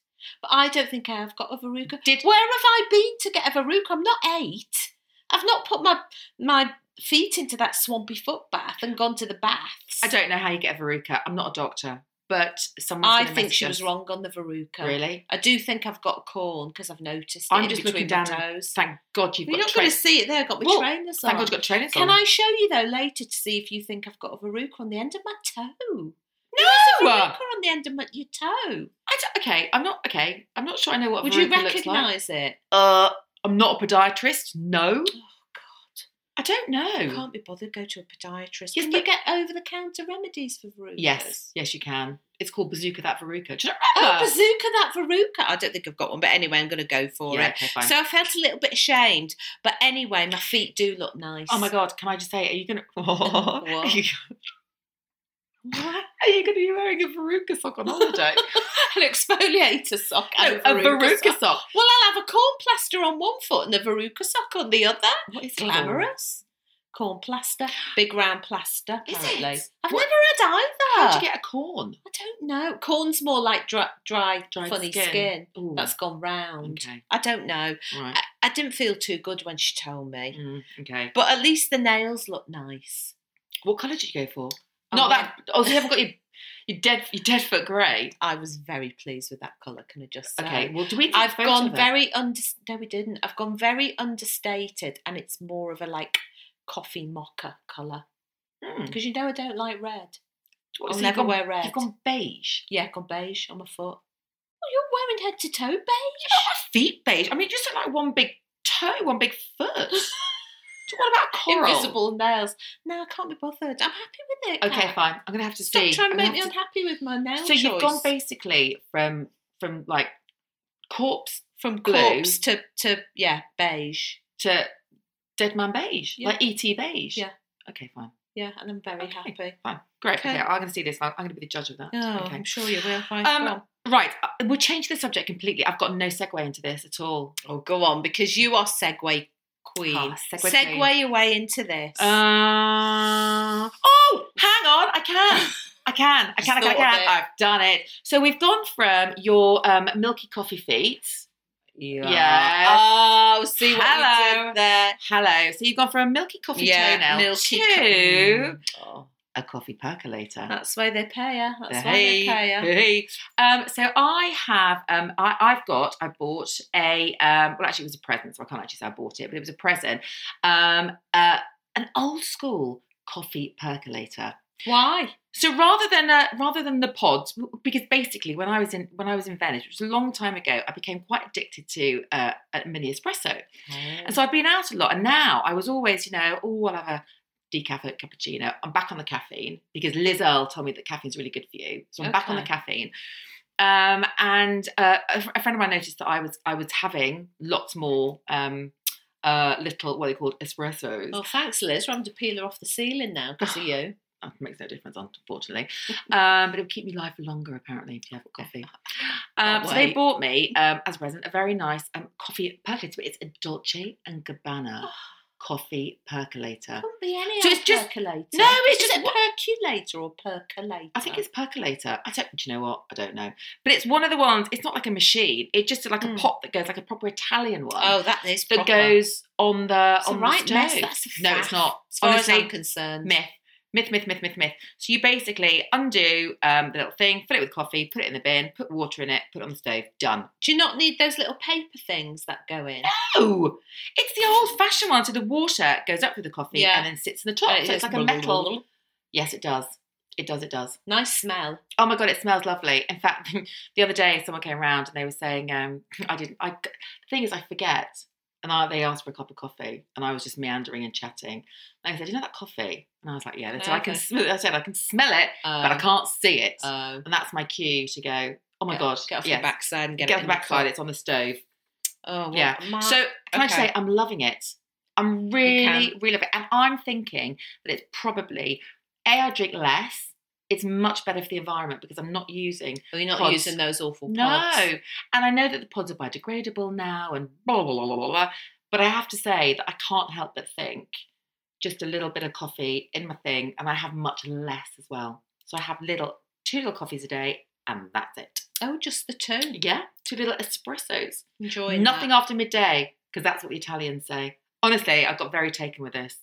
But I don't think I have got a Mm. verruca. Did Where have I been to get a verruca? I'm not eight. I've not put my my feet into that swampy foot bath and gone to the baths. I don't know how you get a verruca. I'm not a doctor, but someone. I think she was wrong on the verruca. Really? I do think I've got corn because I've noticed. It I'm in just between looking down. My and- toes. Thank God you've You're got. not going to train- see it there. I've got my Well, trainers on. Thank God you've got trainers Can on. I show you though later to see if you think I've got a verruca on the end of my toe? No. Verruca on the end of my, your toe. I don't- okay, I'm not okay. I'm not sure I know what Would you verruca looks like. recognise it? Uh, I'm not a podiatrist. No, Oh God, I don't I know. can't be bothered. Go to a podiatrist. Yes, Can but- you get over-the-counter remedies for verrucas? Yes, yes, you can. It's called Bazooka that verruca. Do you not Oh, remember? bazooka that verruca. I don't think I've got one, but anyway, I'm going to go for yeah, it. okay, fine. So I felt a little bit ashamed, but anyway, my feet do look nice. oh my God, can I just say, are you gonna? What? Are you, are you gonna be wearing a verruca sock on holiday? An exfoliator sock and No, a verruca sock. sock. Well, I'll have a corn plaster on one foot and a verruca sock on the other. What is Glamorous. Corn plaster, big round plaster. Is Apparently. it? I've What- never had either. How do you get a corn? I don't know. Corn's more like dry, dry, Dried funny skin. skin. Ooh, That's gone round. okay. I don't know. Right. I, I didn't feel too good when she told me. Mm, okay. But at least the nails look nice. What colour did you go for? I Not went- that. Oh, so you haven't got your your dead your dead foot grey. I was very pleased with that colour, can I just say? Okay. Well, do we? need to I've vote on gone that? very under. No, we didn't. I've gone very understated, and it's more of a like coffee mocha colour Mm. because you know I don't like red. What, I'll so you've never gone- wear red. You've gone beige. yeah, gone beige on my foot. Oh, you're wearing head to toe beige. Not my feet beige. I mean, just look like one big toe, one big foot. Do- what about coral? Invisible nails. No, I can't be bothered. I'm happy with it. Okay, Kat. fine. I'm gonna have to Stop see. trying to I'm make gonna me have unhappy with my nail So choice. you've gone basically from from like corpse from blue. corpse to to yeah beige. to dead man beige, Yeah. like ET beige. Yeah. Okay, fine. Yeah, and I'm very Okay. happy. Fine. Great. Okay. Okay. I'm going to see this. I'm going to be the judge of that. Oh, okay. I'm sure you will. Right, Um, go on. Right. uh, We'll change the subject completely. I've got no segue into this at all. Oh, go on, because you are segue queen. Ah, segue segue away into this. Uh, oh, hang on. I can. I can. I Just can. I can. I thought of can. it. I've done it. So we've gone from your um, milky coffee feet. yeah. Yes. Oh, see what you Hello. did there. Hello. So you've gone from a milky coffee toenail milky to co- Mm. Oh, a coffee percolator. that's why they pay her. That's why Hey, they pay her. hey. Um, so I have, um, I, I've got, I bought a, um, well, actually, it was a present, so I can't actually say I bought it, but it was a present. Um, uh, an old school coffee percolator. Why? So rather than uh, rather than the pods, because basically when I was in when I was in Venice, which was a long time ago, I became quite addicted to uh, a mini espresso. And so I've been out a lot, and now I was always, you know, oh, I'll have a decaf oat cappuccino. I'm back on the caffeine because Liz Earle told me that caffeine's really good for you, so I'm back on the Okay. caffeine. Um, and uh, a, fr- a friend of mine noticed that I was I was having lots more um, uh, little what are they called espressos. Oh, thanks, Liz. We're having to peel her off the ceiling now because of you. That Ah, makes no difference, unfortunately. um, but it'll keep me live for longer apparently if you have coffee. Um, Can't so they wait. bought me um, as a present a very nice um, coffee percolator, but it's a Dolce and Gabbana coffee percolator. Couldn't be any So old it's just- percolator. No, it's Is just it what- percolator or percolator. I think it's percolator. I don't. Do you know what? I don't know. But it's one of the ones. It's not like a machine. It's just like a Mm. pot that goes like a proper Italian one Oh, that is that proper. goes on the It's a on right the mess. stove. That's a no, it's faff. not. As far Honestly, as I'm concerned, myth. Myth, myth, myth, myth, myth. So you basically undo um, the little thing, fill it with coffee, put it in the bin, put water in it, put it on the stove. Done. do you not need those little paper things that go in? Oh, it's the old-fashioned one. So the water goes up with the coffee Yeah. and then sits in the top. Uh, so it's like a metal. Yes, it does. It does. It does. Nice smell. Oh my god, it smells lovely. In fact, the other day someone came around and they were saying, um, I didn't. I the thing is, I forget, and I, they asked for a cup of coffee, and I was just meandering and chatting. And I said, "You know that coffee?" And I was like, "Yeah." They said, "I can." Okay. Sm-, I said, "I can smell it, Um, but I can't see it." Oh and that's my cue to go. Oh my god, Get off yes. your backside and get, Get it off in the backside. cup. It's on the stove. Oh, well, Yeah. my- So can I just okay. say I'm loving it. I'm really, really loving it. And I'm thinking that it's probably A, I drink less. It's much better for the environment because I'm not using Well, you're not pods. using those awful pods. No. And I know that the pods are biodegradable now and blah blah blah blah blah. blah. But I have to say that I can't help but think just a little bit of coffee in my thing and I have much less as well. So I have little two little coffees a day and that's it. Oh, just the two. Yeah, two little espressos. Enjoying Nothing That. after midday, because that's what the Italians say. Honestly, I got very taken with this.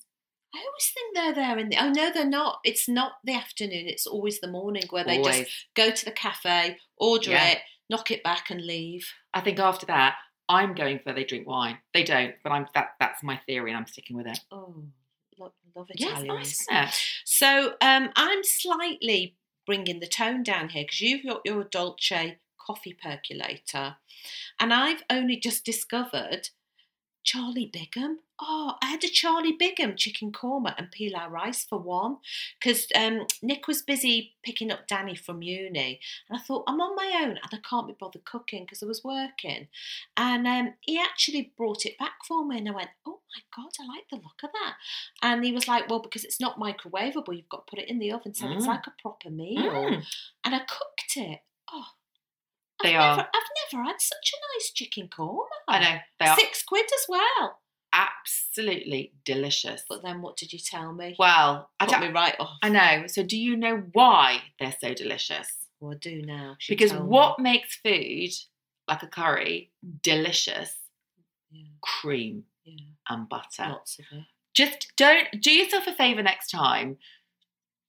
I always think they're there in the. Oh no, they're not. It's not the afternoon. It's always the morning where they Always. just go to the cafe, order Yeah. it, knock it back, and leave. I think after that, I'm going for they drink wine. They don't, but I'm that that's my theory and I'm sticking with it. Oh, lo- love Yeah, it's Italians. nice, isn't it? So um, I'm slightly bringing the tone down here because you've got your Dolce coffee percolator, and I've only just discovered Charlie Bigham. Oh, I had a Charlie Bigham chicken korma and pilau rice for one because um, Nick was busy picking up Danny from uni, and I thought I'm on my own and I can't be bothered cooking because I was working, and um, he actually brought it back for me, and I went, oh my god, I like the look of that. And he was like, Well, because it's not microwavable, you've got to put it in the oven. So it's Mm. like a proper meal. Mm. And I cooked it. Oh, They I've, are. never, I've never had such a nice chicken korma. I know they are Six quid as well. absolutely delicious. But then what did you tell me? Well, I, Got don't- me right off. I know. So, do you know why they're so delicious? Well, I do now. she Because told me. what makes food like a curry delicious? Yeah, Cream yeah. and butter. Lots of it. just don't do yourself a favor next time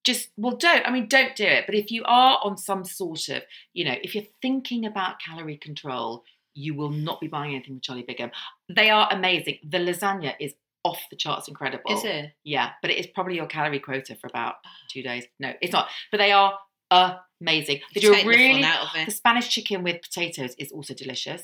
just well don't i mean don't do it but if you are on some sort of you know if you're thinking about calorie control you will not be buying anything from charlie bigham they are amazing the lasagna is off the charts incredible Is it? yeah but it is probably your calorie quota for about two days no it's not but they are amazing they do You've a taken the really fun out of the it. spanish chicken with potatoes is also delicious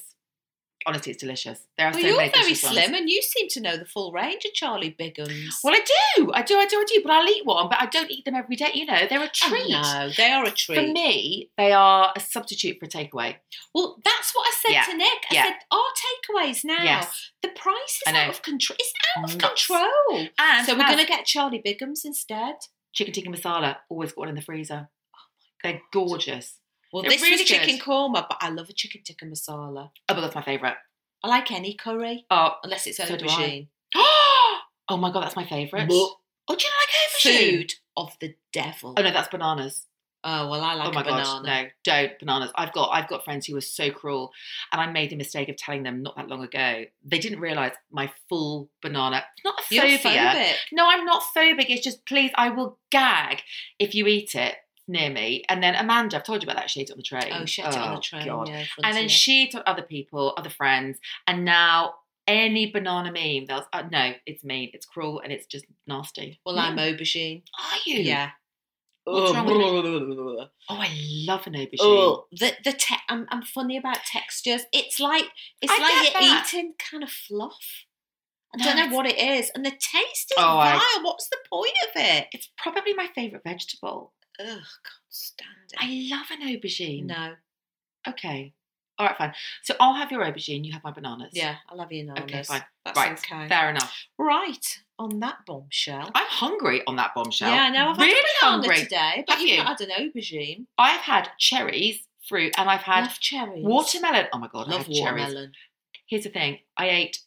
honestly it's delicious there are Well, so you're many very delicious ones. slim and you seem to know the full range of Charlie Bigham's. Well, I do, I do, I do, I do. But I'll eat one, but I don't eat them every day. You know, they're a I treat. know, they are a treat. For me, they are a substitute for takeaway. Well, that's what I said Yeah, to Nick. I yeah. said, our takeaways now, Yes, the price I is know. out of control. It's out of Nuts. control. and so we're as going to get Charlie Bigham's instead. chicken tikka masala. Always got one in the freezer. Oh They're gorgeous. Well, They're this really is chicken good. korma, but I love a chicken tikka masala. Oh, but that's my favourite. I like any curry, Oh, unless it's So do aubergine. oh my god, that's my favourite. Blech. Oh, do you not like aubergine? Food of the devil. Oh no, that's bananas. Oh, well, I like oh my a banana. gosh, no, don't bananas. I've got I've got friends who were so cruel, and I made the mistake of telling them not that long ago. They didn't realise my full banana. Not a You're phobia. phobic. No, I'm not phobic. It's just please, I will gag if you eat it near me. And then Amanda, I've told you about that. She ate it on the train. Oh, shit, it on the train. God. Yeah, And then she told other people, other friends, and now any banana meme, they'll uh, no, it's mean, it's cruel, and it's just nasty. Well, No. I'm aubergine. Are you? Yeah. What's wrong with Oh, Oh, I love an aubergine. Oh, the the te- I'm, I'm funny about textures. It's like it's I like get you're that. eating kind of fluff. I No, don't it's- know what it is, and the taste is Oh, I- vile. What's the point of it? It's probably my favourite vegetable. Ugh, can't stand it. I love an aubergine. no, Okay. All right, fine. So I'll have your aubergine, you have my bananas. yeah, I love you, Nanas. Okay, fine. That Right, sounds kind. Fair enough. Right on that bombshell. I'm hungry on that bombshell. Yeah, I know. I've really had a banana hungry. today, but Have you've you? not had an aubergine. I've had cherries, fruit, and I've had love cherries. watermelon. Oh my god, I Love had cherries. watermelon. Here's the thing: I ate.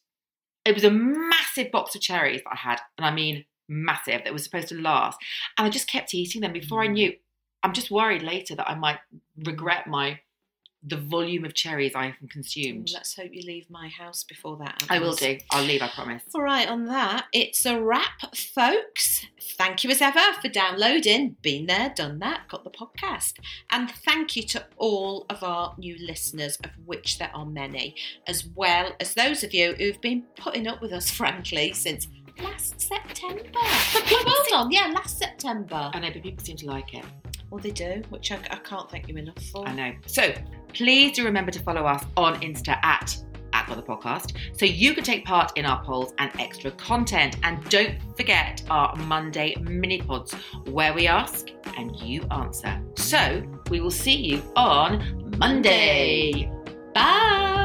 It was a massive box of cherries that I had, and I mean massive. That was supposed to last, and I just kept eating them. Before I Mm. knew, I'm just worried later that I might regret my the volume of cherries I have consumed. Let's hope you leave my house before that. I will happens. do. I'll leave. I promise. All right, on that, it's a wrap, folks. Thank you as ever for downloading Been There, Done That, Got the Podcast. And thank you to all of our new listeners, of which there are many, as well as those of you who've been putting up with us, frankly, since last September. Well, well done, yeah, last September. I know, but people seem to like it. Well, they do, which I, I can't thank you enough for. I know. So please do remember to follow us on Insta at at Got the podcast so you can take part in our polls and extra content and don't forget our monday mini pods where we ask and you answer so we will see you on monday bye